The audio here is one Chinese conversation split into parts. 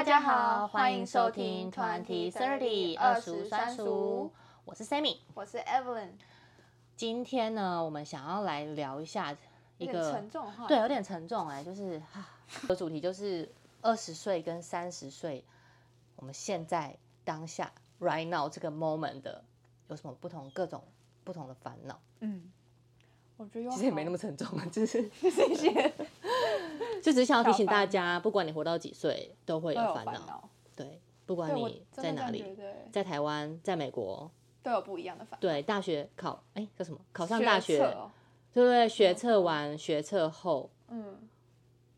，欢迎收听 Twenty Thirty 二十三十五，我是 Sammy。我是 Evelyn，今天呢，我们想要来聊一下一有个点沉重啊哈。对，有点沉重哎、就是 啊，我的主题就是二十岁跟三十岁，我们现在当下 right now 这个 moment 的有什么不同，各种不同的烦恼。嗯，我觉得有其实也没那么么沉重啊，就是 这些就只是想要提醒小烦大家，不管你活到几岁，都会都有有烦烦恼。恼，对，不管对我你真的在哪这样里，觉得在台湾，在美国，都有不一样的烦恼。对，大学考，哎、叫什么？考上大学，学测哦对不对？学测完，学测后，嗯，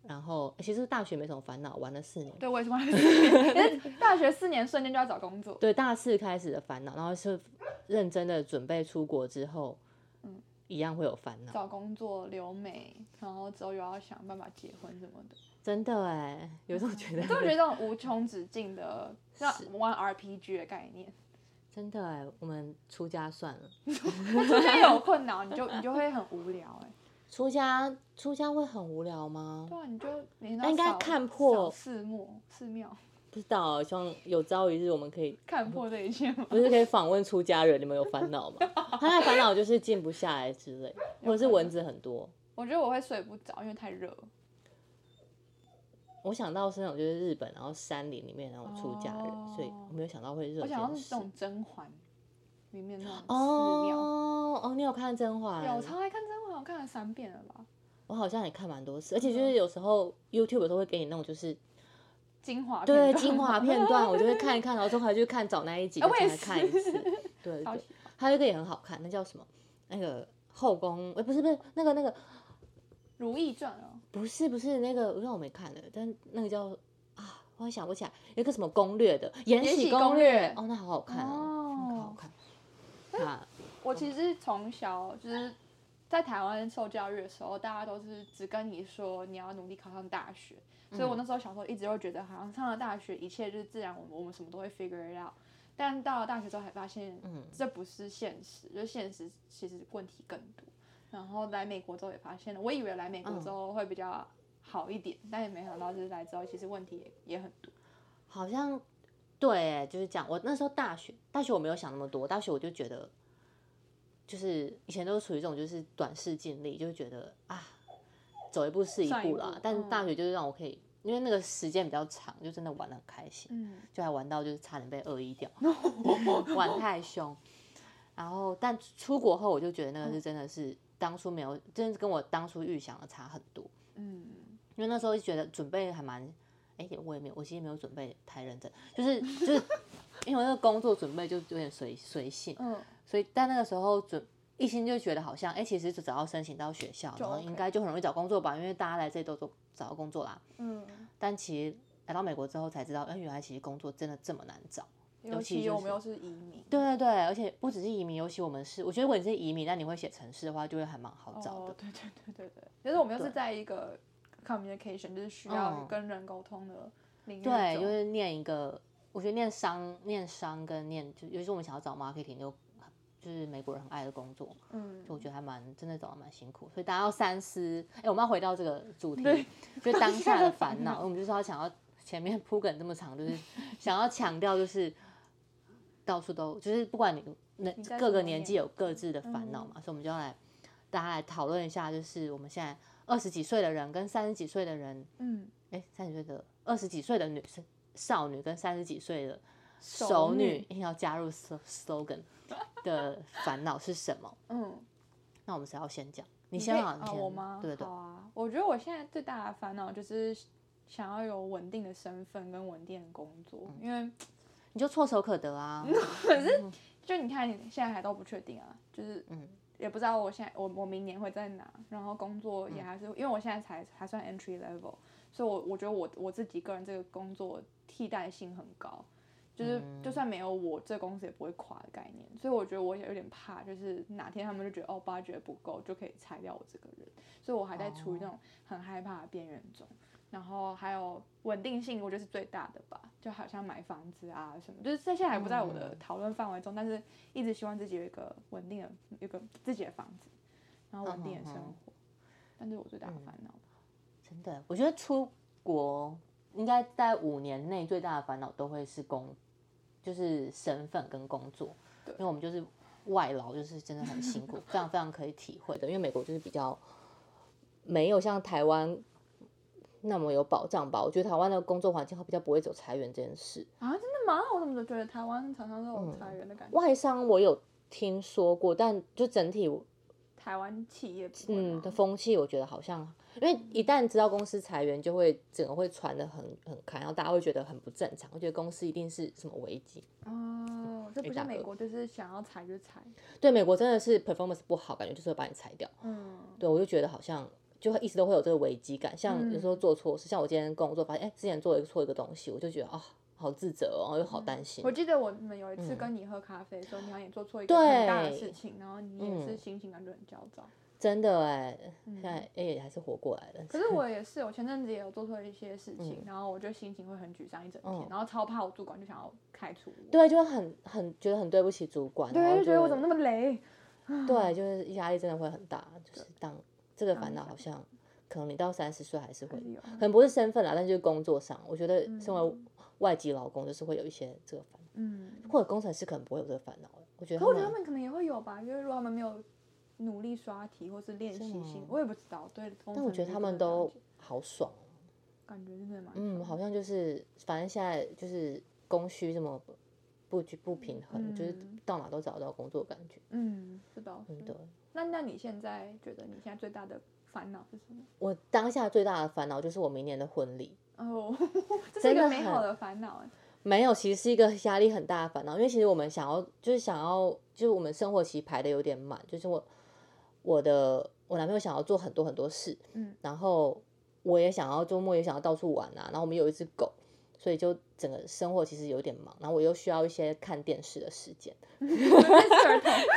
然后其实大学没什么烦恼，玩了四年。对，我也是忘了四 年，因为大学四年瞬间就要找工作，对，大四开始的烦恼，然后是认真的准备出国之后，嗯一样会有烦恼。找工作、留美，然后之后又要想办法结婚什么的，真的哎，有时候觉 得就觉得这种无穷止 境的，像是玩 RPG 的概念，真的哎，我们出家算了，中间有困扰，你就你就会很无聊哎。出家出家会很无聊吗？对啊，你就你那应该看破寺庙，寺庙不知道啊，希望有朝一日我们可以，看破这一切吗？不是可以访问出家人，你们有烦恼吗？他的烦恼就是静不下来之类，或者是蚊子很多。我觉得我会睡不着，因为太热。我想到是那种就是日本，然后山林里面那种出家人，所以我没有想到会热哦我天使。想要是那种甄嬛里面那种寺庙。哎哦哦，你有看《甄嬛》？对，我超爱看甄嬛，我看了三遍了吧？我好像也看蛮多次，而且嗯就是有时候 YouTube 都会给你那种就是精华片对段精华片段，我就会看一看，然后之后还去看找那一集哎再我也来看一次。 对 超对喜，还有一个也很好看，那叫什么？那个后宫？哎、不是不是，那个那个《如懿传》哦，不是不是那个，让我没看的，但那个叫啊，我也想不起来，有一个什么攻略的《延延禧禧攻攻略》略哦，那好好看哦，那个好好哦看。啊，我其实从小就是在台湾受教育的时候，大家都是只跟你说你要努力考上大学，嗯所以我那时候小时候一直会觉得，好像上了大学，一切就是自然，我们我们什么都会 figure it out。但到了大学之后，才发现，嗯这不是现实，就是现实其实问题更多。然后来美国之后也发现了，我以为来美嗯国之后会比较好一点，但也没想到就是来之后，其实问题也也很多。好像对欸，就是这样。我那时候大学，大学我没有想那么多，大学我就觉得，就是以前都是处于一种就是短视近利，就是觉得啊，走一步是一算一步啦。步但是嗯大学就是让我可以，因为那个时间比较长，就真的玩的很开心，嗯，就还玩到就是差点被恶意 掉，玩太凶。然后，但出国后我就觉得那个是真的是当初没有，真的是跟我当初预想的差很多。嗯，因为那时候就觉得准备还蛮，哎、我也没有，我其实没有准备太认真，就是就是， 因为我那个工作准备就有点随随性，嗯，所以但那个时候准一心就觉得好像，哎、其实就只要申请到学校，就然后 OK 应该就很容易找工作吧，因为大家来这里都都找到工作啦。嗯，但其实来到美国之后才知道，哎、原来其实工作真的这么难找。尤尤其其就是我们又是移民，对对对，而且不只是移民，尤其我们是，我觉得如果你是移民，那你会写城市的话，就会还蛮好找的。哦。对对对对对，就是我们又对是在一个 communication，就是需要嗯跟人沟通的领域中。对，就是念一个，我觉得念商、念商跟念，就尤其是我们想要找 marketing，就就是美国人很爱的工作，嗯就，我觉得还蛮真的找的蛮辛苦，所以大家要三思。哎、我们要回到这个主题，就是当下 的烦恼，我们就是要想要前面铺梗这么长，就是 想要强调就是到处都就是不管你那你在各什个么年纪年有各自的烦恼嘛，所以我们就要来大家来讨论一下，就是我们现在二十几岁的人跟三十几岁的人。嗯，哎，三十岁的二十几岁的女生少女跟三十几岁的熟熟女，硬要加入 slo- slogan 的烦恼是什么？嗯，那我们谁要先讲？你你先可以好，你啊，先，我吗？对对好啊，我觉得我现在最大的烦恼就是想要有稳定的身份跟稳定的工作，嗯因为你就唾手可得 啊。就你看你现在还都不确定啊，就是嗯也不知道我现在我我明年会在哪，然后工作也还是、因为我现在才还算 entry level，所以我我觉得我我自己个人这个工作替代性很高，就是、就算没有我这公司也不会垮的概念，所以我觉得我也有点怕，就是哪天他们就觉得哦八觉不够就可以裁掉我这个人，所以我还在处于那种很害怕的边缘中。然后还有稳定性，我觉得是最大的吧，就好像买房子啊什么，就是这些还不在我的嗯讨论范围中，但是一直希望自己有一个稳定的、有一个自己的房子，然后稳嗯定的生活，但是我最大的烦恼吧。真的，我觉得出国应该在五年内最大的烦恼都会是工，就是身份跟工作，因为我们就是外劳，就是真的很辛 苦，非常非常可以体会的。因为美国就是比较没有像台湾那么有保障吧，我觉得台湾的工作环境会比较不会走裁员这件事。啊，真的吗？我怎么觉得台湾常常都有嗯裁员的感觉？外商我有听说过，但就整体我台湾企业不会嗯吗的风气，我觉得好像，因为一旦知道公司裁员，就会整个会传的很很开，然后大家会觉得很不正常，会觉得公司一定是什么危机。哦，这不大像美哥国，就是想要裁就裁。对，美国真的是 performance 不好，感觉就是会把你裁掉。嗯，对，我就觉得好像就会一直都会有这个危机感，像有时候嗯做错事，像我今天工作发现，哎，之前做了一个错一个东西，我就觉得啊、好自责哦，又好担心我。记得我们有一次嗯跟你喝咖啡的时候，你好像也做错一个很大的对事情，然后你也是嗯心情感觉很焦躁。真的哎，现在嗯，哎也还是活过来了。可是我也是，我前阵子也有做错一些事情，嗯然后我就心情会很沮丧一整天，嗯然后超怕我主管就想要开除我。对，就啊会很很觉得很对不起主管，然对，后就觉得我怎么会那么雷？对，就是压力真的会很大，就是当这个当烦恼下好像可能你到三十岁还是会还，是有可能不是身份啦，但就是工作上，我觉得身为嗯外籍劳工就是会有一些这个烦嗯，恼，或者工程师可能不会有这个烦恼，我觉得可我觉得们他们可能也会有吧，因为如果他们没有努力刷题或是练习性吗，我也不知道。对，但但我觉得他们都好爽哦，感觉真的蛮嗯，好像就是反正现在就是供需这么不不不平衡，就是嗯到哪都找得到工作的感觉，嗯，是倒真是的。。那那你现在觉得你现在最大的烦恼是什么？我当下最大的烦恼就是我明年的婚礼，哦， 这是真一个的美好很的烦恼哎。没有，其实是一个压力很大的烦恼，因为其实我们想要就是想要就是我们生活其实排的有点满，就是我我的我男朋友想要做很多很多事，嗯，然后我也想要周末也想要到处玩啊，然后我们有一只狗，所以就整个生活其实有点忙，然后我又需要一些看电视的时 间，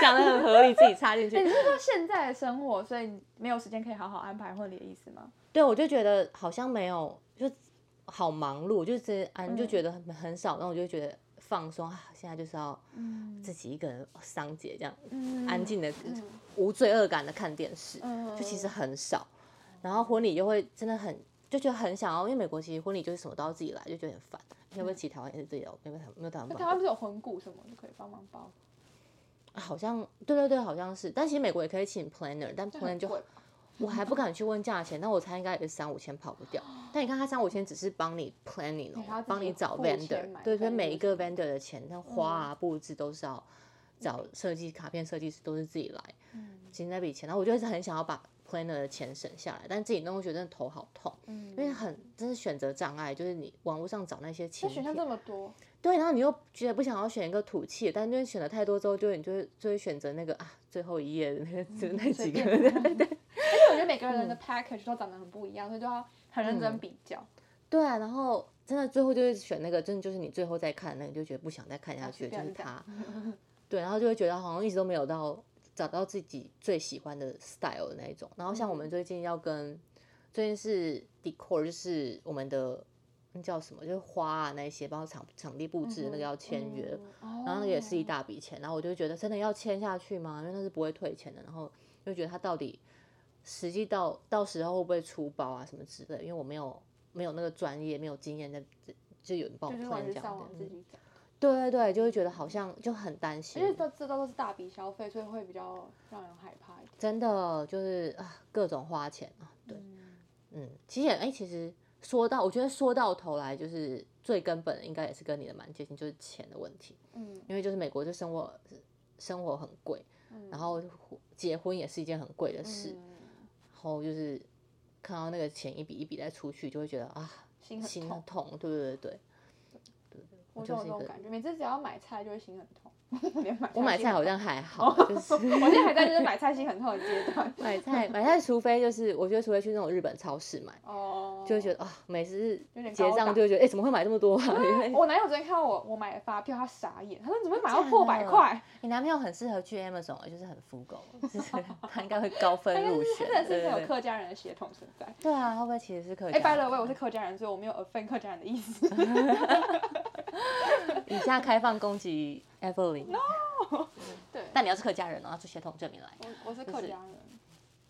讲的很合理，自己插进哎你去。是说现在的生活，所以你没有时间可以好好安排婚礼的意思吗？对，我就觉得好像没有，就好忙碌，就是啊，你就嗯觉得很很少，然后我就觉得放松啊，现在就是要嗯自己一个人哦桑姐这样。嗯安静的、嗯无罪恶感的看电视，嗯就其实很少。然后婚礼就会真的很就觉得很想要，因为美国其实婚礼就是什么都要自己来，就觉得很烦。要不要其实台湾也是自己来？没有台没有台湾嗯那帮台湾不是有魂骨什么就可以帮忙包？啊好像对对对，好像是。但其实美国也可以请 planner，但很 planner 嗯就贵吧我还不敢去问价钱，但我猜应该也是三五千跑不掉。但你看，他三五千只是帮你 planning，、哦还要哦自、己帮你找付钱 vendor，买对，所以跟每那一个个什嗯 vendor 的钱，像花啊、布置都是要找设计卡片设计师都是自己来，嗯其实那笔钱，然后我就是很想要把 planner 的钱省下来，但自己弄我觉得真的头好痛，嗯，因为很真是选择障碍，就是你网络上找那些那情选品，项这么多，对，然后你又觉得不想要选一个土气的，但因为选了太多之后，就会你就会就会选择那个啊最后一页的那个 就是那几随个，嗯便嗯对对嗯而且我觉得每个人的 package 都长得很不一样，所以就要很认真比较。对啊，然后真的最后就会选那个，真的就是你最后再看的那个，你就觉得不想再看下去，啊不就要是再看 它，对，然后就会觉得好像一直都没有到找到自己最喜欢的 style 的那一种。然后像嗯我们最近要跟最近是 decor，就是我们的那叫什么，就是花啊那一些，包括场场地布置的那个要签约，嗯，然后那个也是一哦大笔钱。然后我就觉得真的要签下去吗？因为那是不会退钱的。然后就觉得他到底实际到到时候会不会出包啊什么之类的，因为我没有没有那个专业，没有经验在。就有人帮我就是 plan 完这全样上的网，自嗯己找，对对对，就会觉得好像就很担心。因为这这都是大笔消费，所以会比较让人害怕一点。真的就是啊，各种花钱啊，对，嗯嗯，其实也哎、其实说到，我觉得说到头来，就是最根本的应该也是跟你的蛮接近，就是钱的问题，嗯因为就是美国就生活生活很贵，嗯，然后结婚也是一件很贵的事，嗯然后就是看到那个钱一笔一笔再出去，就会觉得啊，心心很很痛，痛，对对对对。我就就是有这一种个感觉，每次只要买菜就会心很痛， 连买我买心菜很好痛像还好，就是。我现在还在就是买菜心很痛的阶段 买菜买菜，除非就是我觉得除非去那种日本超市买，哦，就会觉得啊，每次有点结高档账就会觉得哎、怎么会买这么多、啊？因为 我男友昨天看到我我买的发票，他傻眼，他说你怎么会买到真的破百块？你男朋友很适合去 Amazon，欸就是很富 狗，就是他应该会高他分应该入是选他真的。是对对很有对客家人的血统存在。对啊，会不会其实是客哎、家？ b y the way，我是客家人，所以我没有 offend 客家人的意思。 以下开放攻击 Evelyn。对，但你要是客家人哦，然后出血统证明来，我我是客家人。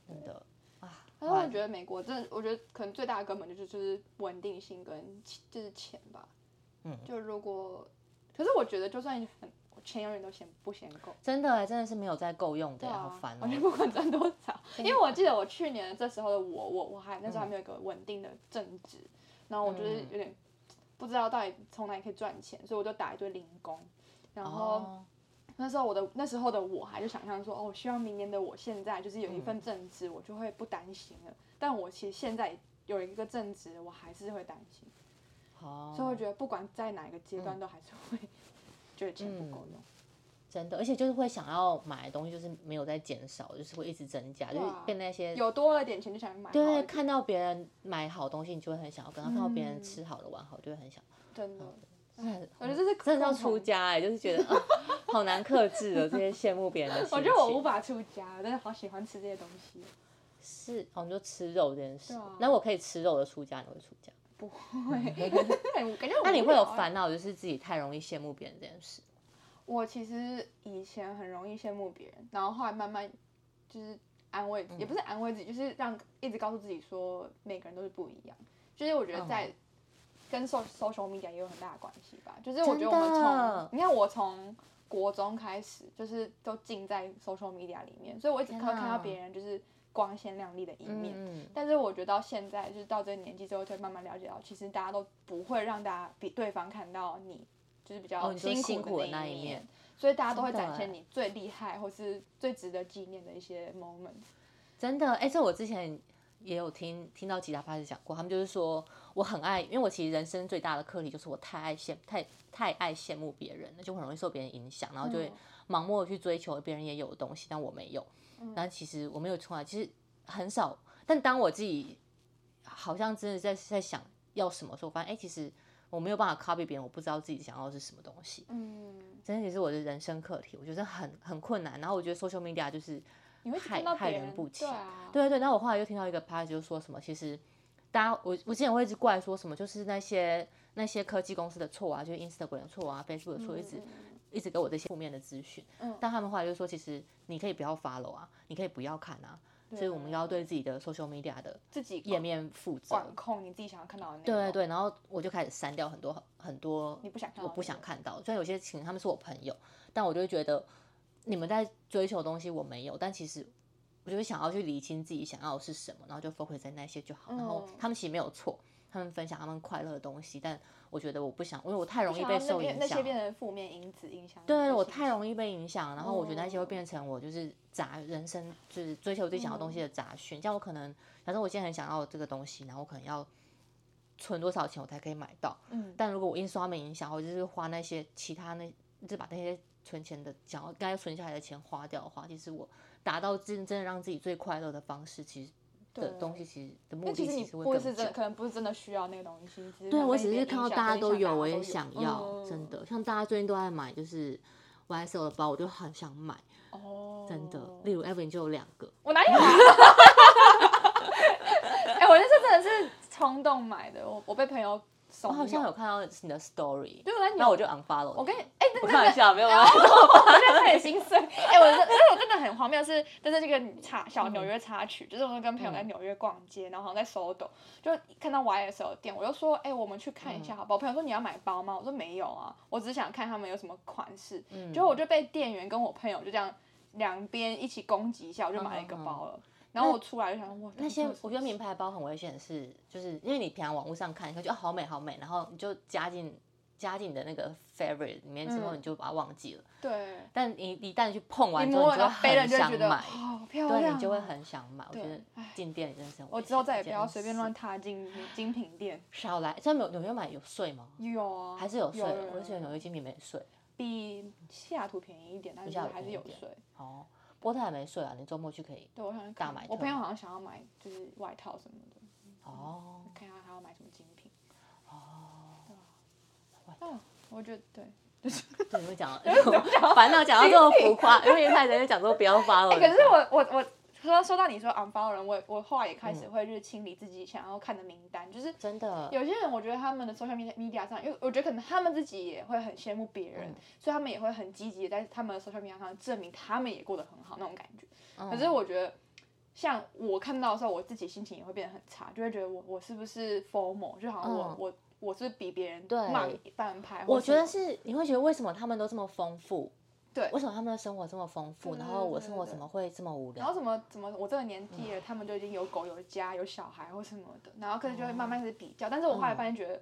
真的啊，但哎是我觉得美国真的，我觉得可能最大的根本就是就是稳定性跟钱就是钱吧。嗯，就如果，可是我觉得就算很钱永远都嫌不嫌够。真的哎、真的是没有在够用的、对好啊，烦哦、我就不管赚多 少，因的为我记得我去年这时候的我，我我还那时候还没有一个稳定的正职，然后我就是嗯有点不知道到底从哪里可以赚钱，所以我就打一堆零工，然后。哦那时候我的那时候的我还就想象说，哦，我希望明年的我现在就是有一嗯份正职，我就会不担心了。但我其实现在有一个正职，我还是会担心，好，所以我觉得不管在哪个阶嗯段，都还是会觉得钱不够用。真的，而且就是会想要买的东西，就是没有在减少，就是会一直增加，就是啊变那些。有多了点钱就想买好一对，点，看到别人买好东西，你就会很想要跟他；看到别人嗯吃好的、玩好，就会很想。真的，哎我觉得这是真的要共同出。家哎、就是觉得、啊 好难克制哦的这些羡慕别人的心情。我觉得我无法出家，但是好喜欢吃这些东西。是哦，你就吃肉这件事。啊那我可以吃肉的出家，你会出家？不嗯 会，感觉很那你无会有聊欸烦恼，就是自己太容易羡慕别人这件事。我其实以前很容易羡慕别人，然后后来慢慢就是安慰，也不是安慰自己，就是让一直告诉自己说每个人都是不一样。就是我觉得嗯在跟 so social media 也有很大的关系吧。就是我觉得我们真的从你看我从国中开始，就是都浸在 social media 里面，所以我一直天看看哪到别人就是光鲜亮丽的一面。嗯，但是我觉得到现在，就是到这个年纪之后，就会慢慢了解到，其实大家都不会让大家比对方看到你就是比哦较你说辛苦苦的的那一一面，所以大家都会真的展欸现你最厉害或是最值得纪念的一些 moment。真的，哎、这我之前也有听听到其他拍子讲过，他们就是说我很爱，因为我其实人生最大的课题就是我太爱羡太太爱羡慕别人了，就很容易受别人影响，然后就会嗯盲目的去追求别人也有的东西，但我没有。然后其实我没有出来，其实很少。但当我自己好像真的在在想要什么时候，我发现哎、其实我没有办法 copy 别人，我不知道自己想要的是什么东西。嗯，真的也是我的人生课题，我觉得很很困难。然后我觉得 social media 就是你会一直害看到害别人人不浅对啊，对对，那我后来又听到一个 p a 就是说什么，其实大家我我之前会一直怪说什么，就是那些那些科技公司的错啊，就是 Instagram 的错啊，Facebook 的错，一直、嗯一直给我这些负面的资讯。嗯但他们后来就说，其实你可以不要 follow 啊，你可以不要看啊，所以我们要对自己的 social media 的自己页面负责管。控你自己想要看到的内容。对哎对对，然后我就开始删掉很多很多你不想看到我的不想内容看到，虽然有些情他们是我朋友，但我就会觉得你们在追求的东西我没有，但其实我就会想要去理清自己想要的是什么，然后就 focus 在那些就好。然后嗯他们其实没有错，他们分享他们快乐的东西，但我觉得我不想，因为我太容易想被啊要那受边影那响些变了。成负面因子影响你的心情。对，我太容易被影响，然后我觉得那些会哦变成我就是杂人生，就是追求自己想要的东西的杂讯。像我可能，假设我现在很想要这个东西，然后我可能要存多少钱我才可以买到，嗯，但如果我印刷没影响，我就是花那些其他那，就是把那些存钱的想要该存下来的钱花掉的话，其实我达到真真的让自己最快乐的方式，其实的对东西其实的目那的其实其你实会不更是久真，。可能不是真的需要那个东西，只是对它我被只别是人看到影响大家所以都想有，大我也都想要，嗯真的，像大家最近都在买就是 YSL 的包，我就很想买，哦，真的。例如 Evan 就有两个，我哪有、啊？ 哎、我那次真的是冲动买的，我我被朋友怂我好像恿有看到你的 story，对我来扭那我就 unfollow 你。我跟你哎，我真开玩的笑，没有然啊 后。我真的很心碎。哎、我真的，但是我真的很荒谬，是就是这个插小嗯纽约插曲，就是我跟朋友在纽约逛街，然后好像在搜抖，就看到 YSL 的店，我就说，哎、我们去看嗯一下好不好？我朋友说你要买包吗？我说没有啊，我只是想看他们有什么款式。嗯结果我就被店员跟我朋友就这样两边一起攻击一下，我就买了一个包了。然后我出来就想说，哇，嗯那些我觉得名名牌包很危险，是就是因为你平常网络上看，你会觉得哦好美好美，然后你就加进加进你的那个 favorite 里面之后，嗯你就把它忘记了。对，但你一旦去碰完你之后，摸你就了然会后背了，很你就会想觉得买，好漂亮、啊对你就会。很想买。我觉对得唉进店里真的是很危险，我之后再也不要随便乱踏进精品店。少来。像纽纽约买有税吗？有啊，还是有税？有有我就觉得有纽约精品没税比西雅图便宜一点，但是西雅图还是便宜有一点税。哦，波特还没税啊，你周末去可以对，我想去大看买我特朋友好像想要买就是外套什么的，哦。看他还要买什么精品。哦，对啊。我觉得对，对，你会讲 到烦恼，讲到这么浮夸，因为一开始就讲说不要发了。哎，可是我我我说说到你说 unfollow 人，我我后来也开嗯始会就是清理自己想要看的名单，就是真的，有些人我觉得他们的 social media media 上，因为我觉得可能他们自己也会很羡慕别人，嗯所以他们也会嗯很积极地在他们的 social media 上证明他们也过得很好那种感觉。可是我觉得像我看到的时候，我自己心情也会变得很差，就会觉得我我是不是 formal，就好像我、嗯我我是不是比别人对慢半拍或我觉得什么是你会觉得为什么他们都这么丰富？对为什么他们的生活这么丰富，对然对后我对生活对怎么会这么无然后聊？怎么怎么我这个嗯年纪了，他们就已经有狗有家有小孩或什么的，然后可能就会慢慢哦开始比较。但是嗯我后来发现，觉得、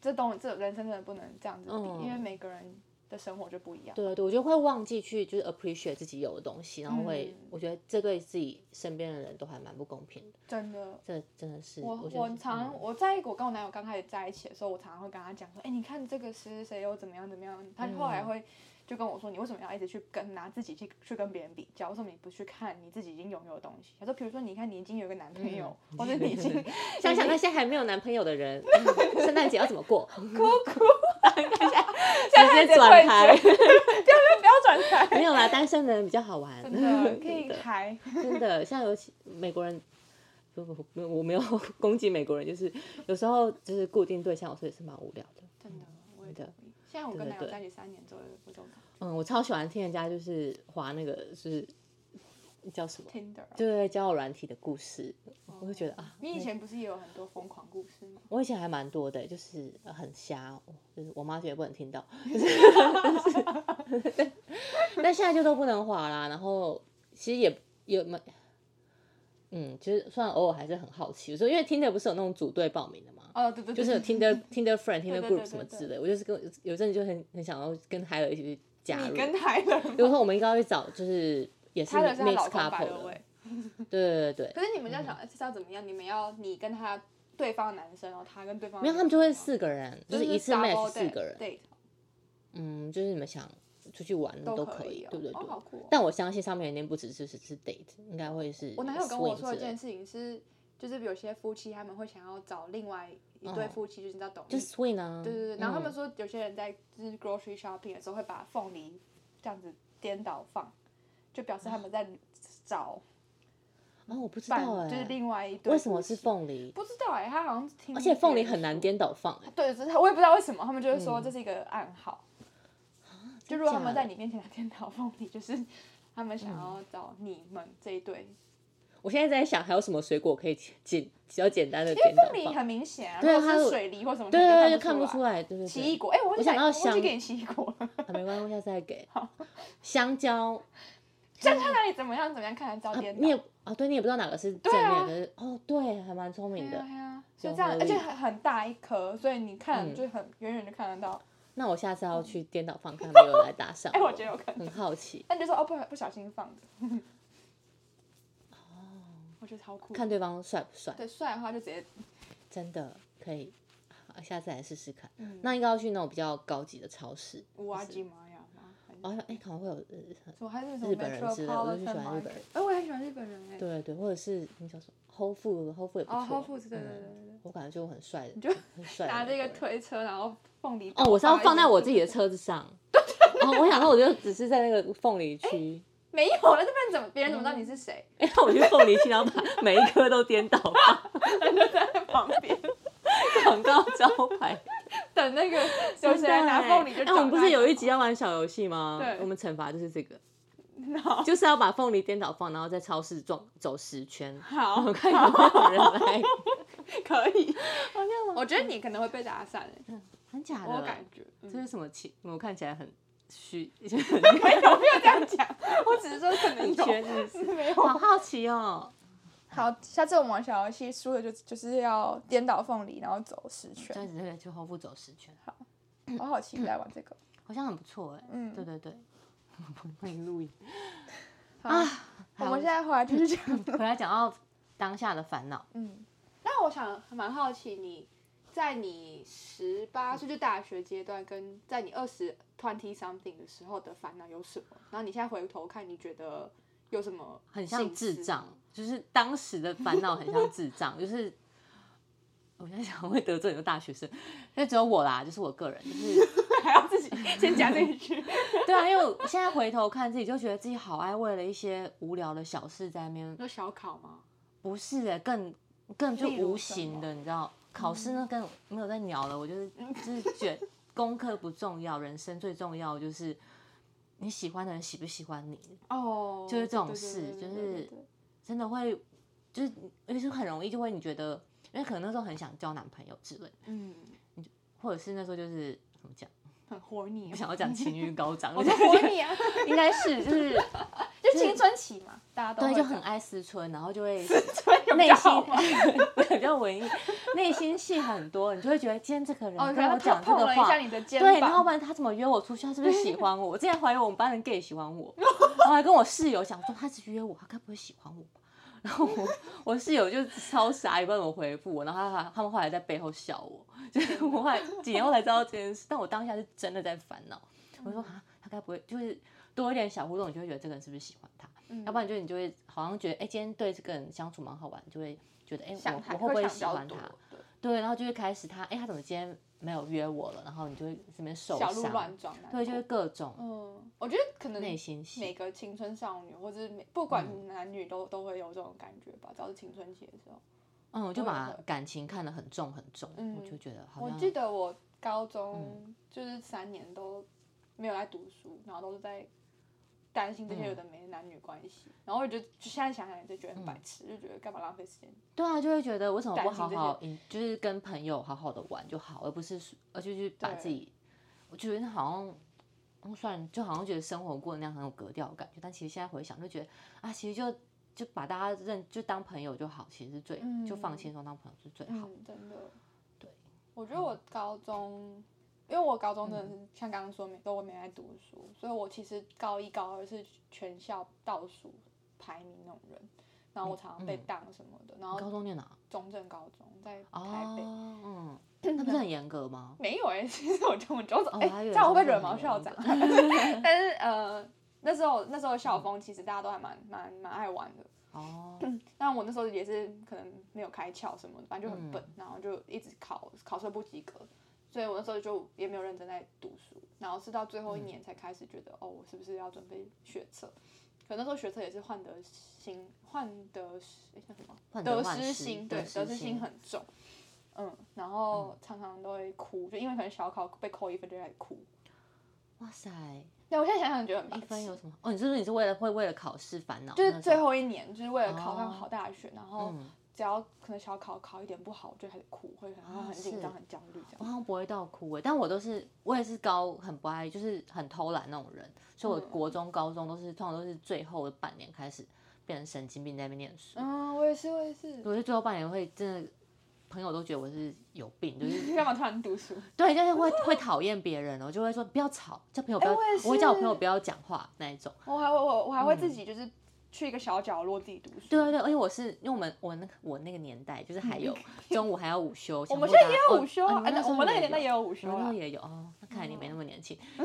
这东这人生真的不能这样子比，嗯因为每个人的生活就不一样。对对，我觉得会忘记去就是 appreciate 自己有的东西，然后会，嗯我觉得这对自己身边的人都还蛮不公平的。真的，这真的是我我觉得我是常嗯我在我跟我男友刚开始在一起的时候，我常常会跟他讲说，哎、你看这个谁谁谁又怎么样怎么样，他后嗯来会就跟我说，你为什么要一直去跟拿自己去去跟别人比较？为什么你不去看你自己已经拥有的东西？他说，比如说你看你已经有一个男朋友，嗯或者你已经想想那些还没有男朋友的人，嗯圣诞节要怎么过？ 哭哭，直接转 台，不要转台，没有啦，单身的人比较好玩， 真的可以真的开，真的，像尤其美国人，不不不，我没有 攻击美国人，就是有时候就是固定对象，我说也是蛮无聊的。真的，我也真的同意。现在我跟对男友对在一起三年左右，我就嗯，我超喜欢听人家就是划那个就是叫什么， Tinder 啊。对交友软体的故事，我就觉得啊，你以前不是也有很多疯狂故事吗？我以前还蛮多的，就是呃很瞎，就是我妈绝对不能听到， 就是， 但现在就都不能滑啦。然后其实也也蛮，嗯，就是虽然偶尔还是很好奇，说因为听的不是有那种组队报名的嘛，哦，对对就对，是有听的听的 friend、听的 对 group 对什么对之类的，我就是跟有阵子就很很想要跟 h 友一起去加你入，跟他的比如说我们应该会找就是也是 他的是她 mix 老公摆 couple 了位的，。对对对。可是你们要想是要怎么样？你们要你跟他对方的男生，然后他跟对方的没有，他们就会四个人，就女生吗是一次 match 四个人，对，嗯，就是你们想出去玩都可以哦，对不对？哦，对好酷哦！但我相信上面有点不只是只是 date，应该会是我男友跟我 swing 说一之类件的，事情是，就是有些夫妻他们会想要找另外一对夫妻，就是你知道懂，嗯就对 swing 啊，对对。嗯然后他们说有些人在就是 grocery shopping 的时候会把凤梨这样子颠倒放，就表示他们在找啊，我不知伴道，就是哎，另外一对。为什么是？凤梨？不知道哎，他好像听，而且凤梨很难。颠倒放，哎，对，只是我也不知道为什么，他们就会说这是一个暗号。就如果他们在啊真假的，嗯你面前来颠倒凤梨，就是他们想要找你们这一对，我现在在想还有什么水果可以简比较简单的因为颠倒凤梨放，很明显啊，对如果它是是水梨或什么，对啊对对，就看看不出出。来，对对奇异对，果，哎，我我想到忘记香给你奇异果 了，啊没关系，我下次再给。香蕉，在他那里怎么样怎么样，看得到啊颠倒你。也啊，对你也不知道哪个是正对啊面，可是哦，对，还蛮聪明对的啊。对啊，所以有这样，合而且理很很大一颗，所以你看嗯就很远远就看得到。那我下次要去颠倒 放，看有没有人来搭讪嗯。哎，我觉得有可能，很好奇，但你就说哦，不不小心放的。我觉得超酷。哦看对方帅不帅，嗯对，帅的话就直接真的可以，好下次来试试看。嗯那应该要去那种比较高级的超市。乌阿基玛呀嘛，反正哦，哎、可能会有，呃什么还是什么日本人之类的我就喜欢日本 Metropolitan 人 Market 哎，我也很喜欢日本人哎。对对，或者是那叫什么 Whole Food，Whole Food 也不错。哦，Whole Foods，对对对对嗯对我感觉就很帅的，就很帅的拿这美个国人推车，然后凤梨哦，我是要放在我自己，己的车子 上。哦，我想说，我就只是在那个凤梨哎区，没有了，这不然怎么别人怎么知道你 是谁？哎、那我去凤梨区，然后把每一颗都颠倒 放嗯在旁边广告招牌。等那个有谁来拿凤梨就哎、找我们不他是有一集要玩小游戏吗？对我们惩罚就是这个， 好就是要把凤梨颠倒放，然后在超市撞走十圈，好我看有没有人 来。可 以，好像我觉得你可能会被打散哎，很假我有的感，觉。嗯这是什么情？我看起来很虚，就没有，不要这样讲，我只是说可很能有，缺，是不是 没有。 好好奇哦。好，下次我们玩小游戏输了就就是要颠倒凤梨，然后走十圈这，样子就可以去后付走十圈，我好期待玩这个。好像很不错哎。嗯对对对，欢迎录影。啊，我们现在回来继续讲。回来讲到当下的烦恼，嗯，那我想蛮好奇你，在你十八岁就大学阶段，跟在你二十 twenty something 的时候的烦恼有什么？然后你现在回头看，你觉得有什么很幸像事智？障，就是当时的烦恼很像智障， 就是我在想会得罪很多大学生，那只有我啦，就是我个人，就是 还要自己先讲这一 句。对啊，因为我现在回头看自己，就觉得自己好爱为了一些无聊的小事在那边，那小考吗？不是哎、更更就例如无什形么嗯的，你知道，考试那更没有在鸟了，我就是就是觉得功课不重要，人生最重要就是。你喜欢的人喜不喜欢你？哦，就是这种对对事就对对对对是对对这真的会，就是就是很容易就会你觉得，因为可能那时候很想交男朋友之类的，嗯，或者是那时候就是怎么讲，很活你不，想要讲情欲高涨，我说活你啊，应该是 就是就青春期嘛，大家都对，会就这很样爱思春，然后就会 有比内较心 好吗比较文艺，内心戏很多，你就会觉得今天这个哦，人跟可能我他讲这碰个了一话下，你的肩膀，对，然后不然他怎么约我出去？他是不是喜欢我？我之前怀疑我们班的 gay 喜欢 我，然后还跟我室友讲说他只约我，他该不会喜欢我吧？然后 我我室友就超傻，也不知道怎么回复我，然后他他们后来在背后笑我，就是我后来几年后才知道这件事，但我当下是真的在烦恼，我嗯说啊，他该不会就是多一点小互动，你就会觉得这个人是不是喜欢他？嗯要不然就你就会好像觉得，哎、今天对这个人相处蛮好玩，就会觉得，哎、想我他我会不会会想比喜较欢多他？对对，然后就会开始他，哎、他怎么今天没有约我了？然后你就会这边受小鹿伤乱，撞那种，对，就是各种嗯，我觉得可能内心嗯戏每。个青春少女，或者是每不管男女都都会有这种感觉吧，只要是青春期的时候。嗯，我就我也把会感情看得很重很重，我就嗯觉得好嗯我像记得我高中就是三年都没有在读书，然后都是在担心这嗯些有的没的男女关系，然后我就就现在想想也就觉得很嗯白痴，就觉得干嘛浪费时间？对啊，就会觉得为什么感不情好这好，嗯就是跟朋友好好的玩就好，而不是而且去把自对己，我觉得好像。嗯算就好像觉得生活过得那样很有格调的感觉，但其实现在回想就觉得啊，其实就就把大家认就当朋友就好，其实是最、就放嗯轻松当朋友是最好。嗯，真的。对，嗯我觉得我高中，因为我高中真的是、像刚刚说没都我没在读书，所以我其实高一高二是全校倒数排名那种人，然后我常常被嗯当什么的，然你高后中念哪？中正高中在台北。哦，嗯，那不是很严格吗？没有哎、 其实我中文中哦哎、我还以为这样我会中正惹毛很校严长。 但是呃，那时候那时候校嗯风其实大家都还蛮蛮蛮爱玩的，哦，但我那时候也是可能没有开窍什么的，反正就很笨，嗯然后就一直考考试不及格，所以我那时候就也没有认真在读书，然后是到最后一年才开始觉得，哦，我是不是要准备学测？可那时候学测也是患得心患得失，诶那什么患得患失心，对，得失心很重。嗯，然后常常都会哭，就因为可能小考被扣一分就开始哭。哇塞，对，我现在想想觉得很白一分痴有什么？哦，你是不是你是为了会为了考试烦恼？就是那最种，后一年，就是为了考上哦好大学，然后嗯只要可能小考考一点不好，我就开始哭，会很啊很紧张、是哦很焦虑这我样。好像不会到哭欸诶，但我都是我也是高很不爱，就是很偷懒那种人，所以我嗯国中、高中都是通常都是最后的半年开始变成神经病在那边念书。嗯，我也是，我也是。 我是最后半年会真的，朋友都觉得我是有 病，就是你干嘛突然读 书？对，就是会会讨厌别人哦，就会说不要吵，叫朋友不要，哎我也会叫我是朋友不要讲话那一种。我还我我我还会自己就是去一个小角落自己读书。嗯对对对，而且我是因为我们我那个我那个年代就是还 有中午还要午休，我们强迫现在大也家有哦午休哦你啊，哎们那那时候我们那个年代有，也有午休啊你们那时啦候。也有哦，那看来你没那么年轻。哎，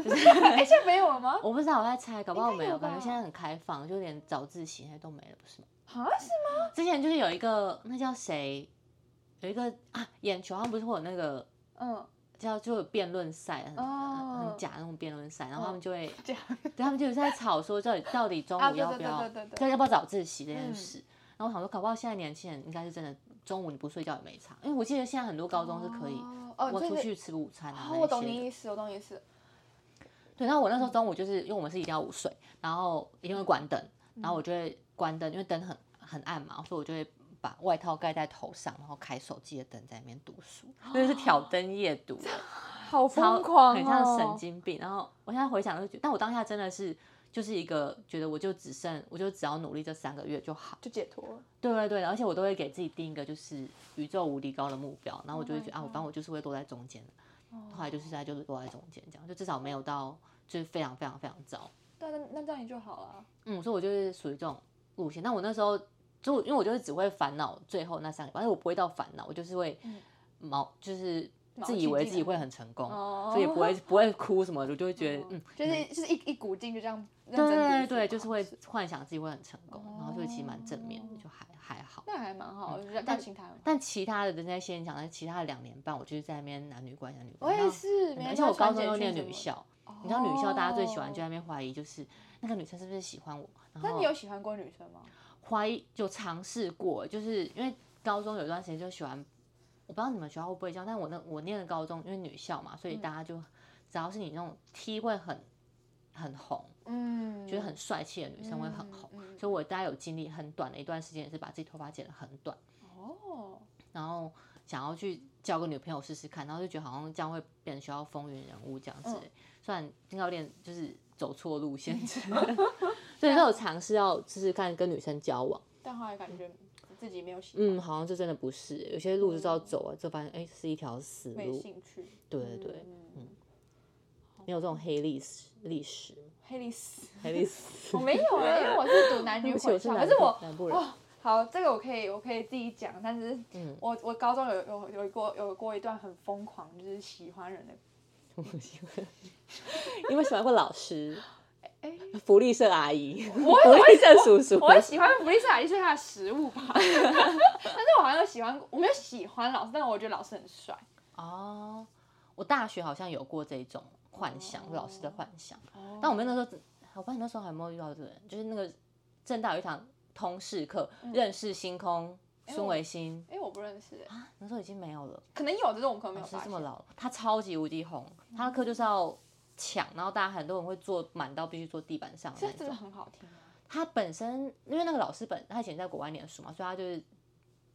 现在没有 了吗？我不知道我在猜，搞不好应该没有，有感觉吧现在很开放，就连早自习现在都没了，不是吗？啊，是之前就是有一个那叫谁，有一个啊眼球，好像不是会有那个嗯，叫就有辩论赛，很、哦很假那种辩论赛，然后他们嗯就会，这样 对他们就是在吵说到底到底中啊，午对要对不对要对对对。对，要不要早自习这件嗯事？然后我想说，搞不好现在年轻人应该是真的中午你不睡觉也没差，因为我记得现在很多高中是可以哦哦，我对出对去吃午餐啊哦，那我懂些你的。意嗯思，我懂你意思。对，然后我那时候中午就是因为我们是一定要午睡，然后一定会关灯，然嗯后我就会关灯，因为灯很很暗嘛，所以我就会。把外套盖在头上，然后开手机的灯在那边读书， 就是挑哦灯夜 读欸，好超疯狂哦，很像神经病。然后我现在回想就觉得，但我当下真的是就是一个觉得我就只剩我就只要努力这三个月就好，就解脱了。对对对，而且我都会给自己定一个就是宇宙无敌高的目标，然后我 Oh 就会 my 觉得啊，我反正我就是会落在中间的，后来就是现在就是落在中间这样，就至少没有到就是非常非常非常糟。对啊，那那这样也就好了。嗯，所以我就是属于这种路线。但我那时候就因为我就是只会烦恼最后那三个，反正我不会到烦恼，我就是会嗯毛就是毛自起以为劲自己来会很成功，哦所以也不会不会哭什么的，我就会觉得嗯，就是就是一一股劲就这样认真对读对书对，嘛就是会幻想自己会很成功，然后就其实蛮正面的，就还还好。那还蛮好，我觉得但心态很好。嗯但其他的那些你讲的其他的两年半，我就是在那边男女关系，男女我关系。也是，然后嗯每而天且我传高中简又讯念什女么的，校，你知道女校大家最喜欢就在那哦边怀疑，就是那个女生是不是喜欢我，然那后你有喜欢过女生吗？怀疑就尝试过，就是因为高中有段时间就喜欢，我不知道你们学校会不会这样，嗯但我那我念的高中因为女校嘛，所以大家就、只要是你那种 T 会很很红，嗯，觉得很帅气的女生会很红。嗯嗯所以我大概有经历很短的一段时间，也是把自己头发剪得很短，哦，然后想要去交个女朋友试试看，然后就觉得好像这样会变成学校风云人物这样子。嗯虽然应该有点就是走错路线之类 的，所以都有尝试要试试看跟女生交往。但后来感觉自己没有喜嗯，欢，好像就真的不是，有些路就知道走了，就发现哎、是一条死没路。兴趣。对对对，嗯，你有这种黑历史历史吗？黑历史黑历史 我？没有啊，因为我是读男对女不 起，我混是校，南可是我部南部人。好，这个我可以，我可以自己讲，但是嗯我我高中有有有过有过一段很疯狂，就是喜欢人的， 因为喜欢过老师、哎、福利社阿姨、我福利社叔叔。 我会喜欢福利社阿姨是他的食物吧， 但是我好像有喜欢过，我没有喜欢老师，但我觉得老师很帅。哦，我大学好像有过这种幻想，老师的幻想。哦但我们那时候，我不知道你那时候还有没有遇到这个人，就是那个正大有一堂通识课，认识星空孙我维新哎、我不认识、啊，那时候已经没有了。可能有，只是我们可能没老有师发这现么。老了，他超级无敌红，他的课就是要抢，然后大家很多人会坐满到必须坐地板上的这那真的种。很好听啊！ 他本身因为那个老师本他以前在国外念书嘛，所以他就是，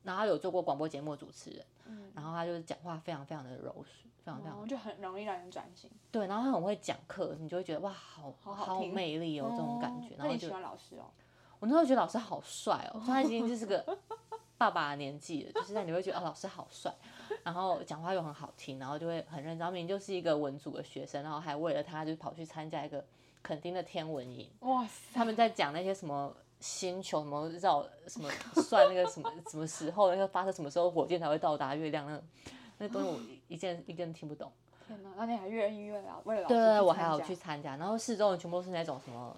然后他有做过广播节目主持人，嗯，然后他就是讲话非常非常的柔顺，非常非然常后就很容易让人专心。对，然后他很会讲课，你就会觉得哇，好好好好有听魅力哦，这种感觉。哦然那后你就喜欢老师哦？我那时候觉得老师好帅哦，他已经就是个爸爸的年纪了，就是但你会觉得哦，老师好帅，然后讲话又很好听，然后就会很认真。然后明明就是一个文组的学生，然后还为了他就跑去参加一个垦丁的天文营，哇塞！他们在讲那些什么。星球什么绕什么算那个什么什么时候那个发射什么时候火箭才会到达月亮那种那东西我一件一件听不懂，天哪，那你还愿意为了为了老师对去参加我还好去参加，然后四周人全部都是那种什么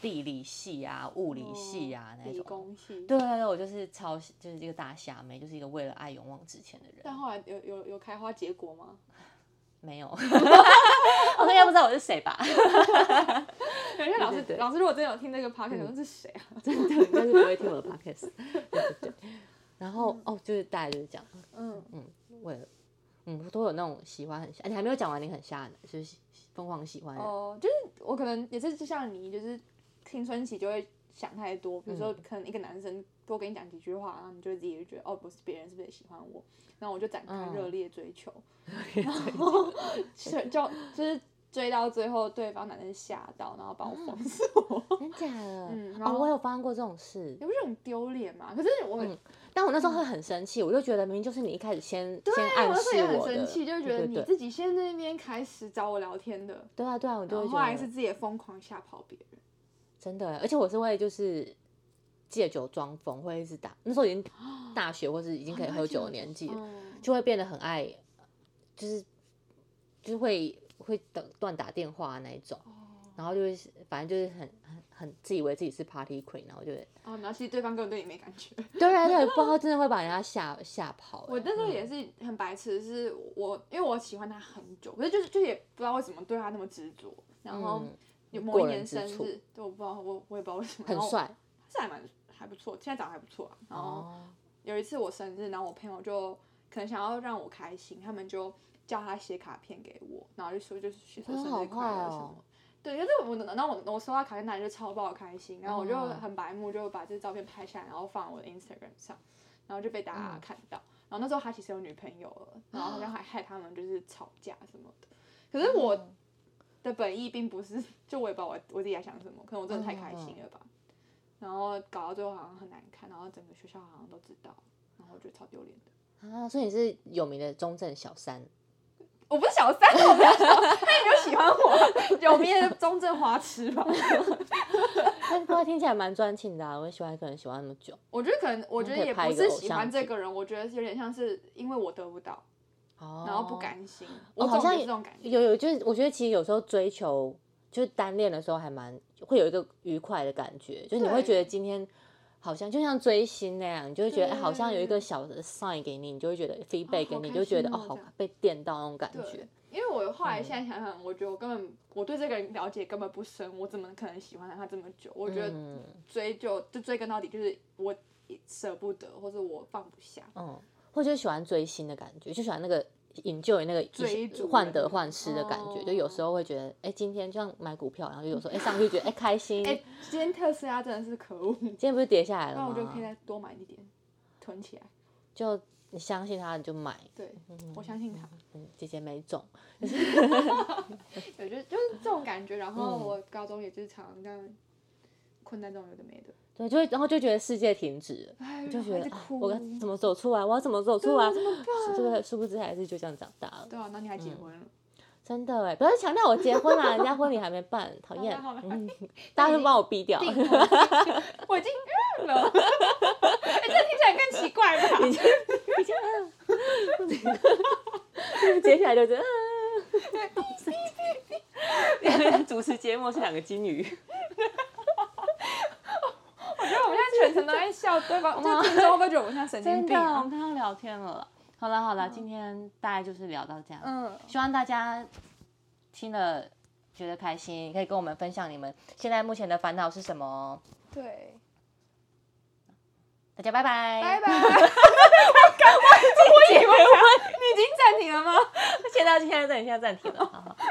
地理系啊、物理系啊、哦那理种。工系。对对对，我就是超就是一个大虾妹，就是一个为了爱勇往直前的人 但。后来有有有开花结果吗？ 没有， 我大家不知道我是谁吧？因为老对师对对嗯老师如果真的有听这个 podcast，说这是谁啊？ 真的应该是不会听我的 podcast。对 对对。然后哦，就是大概就是这样，嗯，为了嗯，都有那种喜欢很瞎，你还没有讲完，你很瞎的，就是喜疯狂喜欢人。哦，就是我可能也是就像你，就是青春期就会想太多，比如嗯说可能一个男生多跟你讲几句话，然后你就自己就觉得哦，不是别人是不是也喜欢我？然后我就展开嗯热烈 追求，就就就是追到最后，对方男生吓到，然后把我封锁， 真假的？嗯然哦，后我有发生过这种事你，不觉得很丢脸吗？可是我。嗯但我那时候会很生气，我就觉得明明就是你一开始先先对，暗我示也很的，生气，就会觉得对你对自己先在那边开始找我聊天的，对啊，对啊，我就然会后觉后得来是自己也疯狂吓跑别人。真的欸，而且我是会就是借酒装疯，会一直打。那时候已经大学或是已经可以喝酒的年纪了，嗯，就会变得很爱，就是就是会会等乱打电话那一种，然后就会反正就是很很很自以为自己是 party queen，然后就会哦，然后其实对方根本对你没感觉。 对啊对对，不知道真的会把人家吓吓跑欸。我那时候嗯也是很白痴，是我因为我喜欢他很久，可是就是就也不知道为什么对他那么执着。然后嗯有过某一人年之生处日，对，我不知道我我也不知道为什么，很然后帅是还蛮还不错，现在长得还不错啊。然后哦，有一次我生日，然后我朋友就可能想要让我开心，他们就叫他写卡片给我，然后就说就是写说真的生好日快坏乐什哦么。对，就是我，然后我我收到卡片，当然就超爆开心，然后我就哦很白目，就把这照片拍下来，然后放我的 Instagram 上，然后就被大家嗯看到。然后那时候他其实有女朋友了，然啊后好像还害他们就是吵架什么的。可嗯是我的本意并不是， 就我也不知道我我自己在想什么，可能我真的太开心了嗯吧。然后搞到最后好像很难看，然后整个学校好像都知道，然后我觉得超丢脸的。啊，所以你是有名的中正小 三，我不是小三，我不是小三， 那你就喜欢我，有名的中正花痴吧。 但不过听起来蛮专情的啊，我很喜欢一个人喜欢那么久。我觉得可能，我觉得也不是喜欢这个人，我觉得有点像是因为我得不到，哦，然后不甘心。我我好总像是这种感觉。有有，就是我觉得其实有时候追求就是单恋的时候，还蛮会有一个愉快的感觉，就是你会对觉得今天好像就像追星那样，你就会觉得、哎好像有一个对哦小的 sign 给你，你就会觉得 feedback 给好你，你开就觉得心哦哦好这样被电到那种感觉对。，因为我后嗯来现在想想，我觉得我根本我对这个人了解根本不深，我怎么可能喜欢他这么久？我觉得嗯追究就追根到底，就是我舍不得，或者我放不下。嗯，或者就喜欢追星的感觉，就喜欢那个引咎于那个追逐患的得那患种失的感觉，哦就有时候会觉得，哎，今天就像买股票，然后就有时候哎上去觉得哎开心，哎、今天特斯拉真的是可恶，今天不是跌下来了那我就吗可以？再多买一点，囤起来。就你相信它，你就买。对，我相信他。嗯，姐姐没中，对，就就是这种感觉。然后我高中也就是常常这样困在这种有的没的，对，就会然后就觉得世界停止了。哎，就觉得然后一直啊哭，我该怎么走出来？我要怎么走出来？我怎么 是这个殊不知还是就这样长大了，对啊，那你还结婚了？真的哎！不要强调我结婚啦，人家婚礼还没办，讨厌好啦好啦。嗯，大家都帮我逼掉， 定了我已经嗯了， 哎，这听起来更奇怪吧？已经已经，嗯 接下来 就是，啊两个人主持节目是两个金鱼，因为我们现在全程都在笑对方，哇这听众会不会觉得我们像神经病哦我啊们？刚刚聊天了啦。好了好了，今天大概就是聊到这样。嗯，希望大家听了觉得开心，可以跟我们分享你们现在目前的烦恼是什么哦。对，大家拜拜，拜。 拜。我以为我你已经暂停了吗？ 现在现在暂停，现在暂停了，好好。啊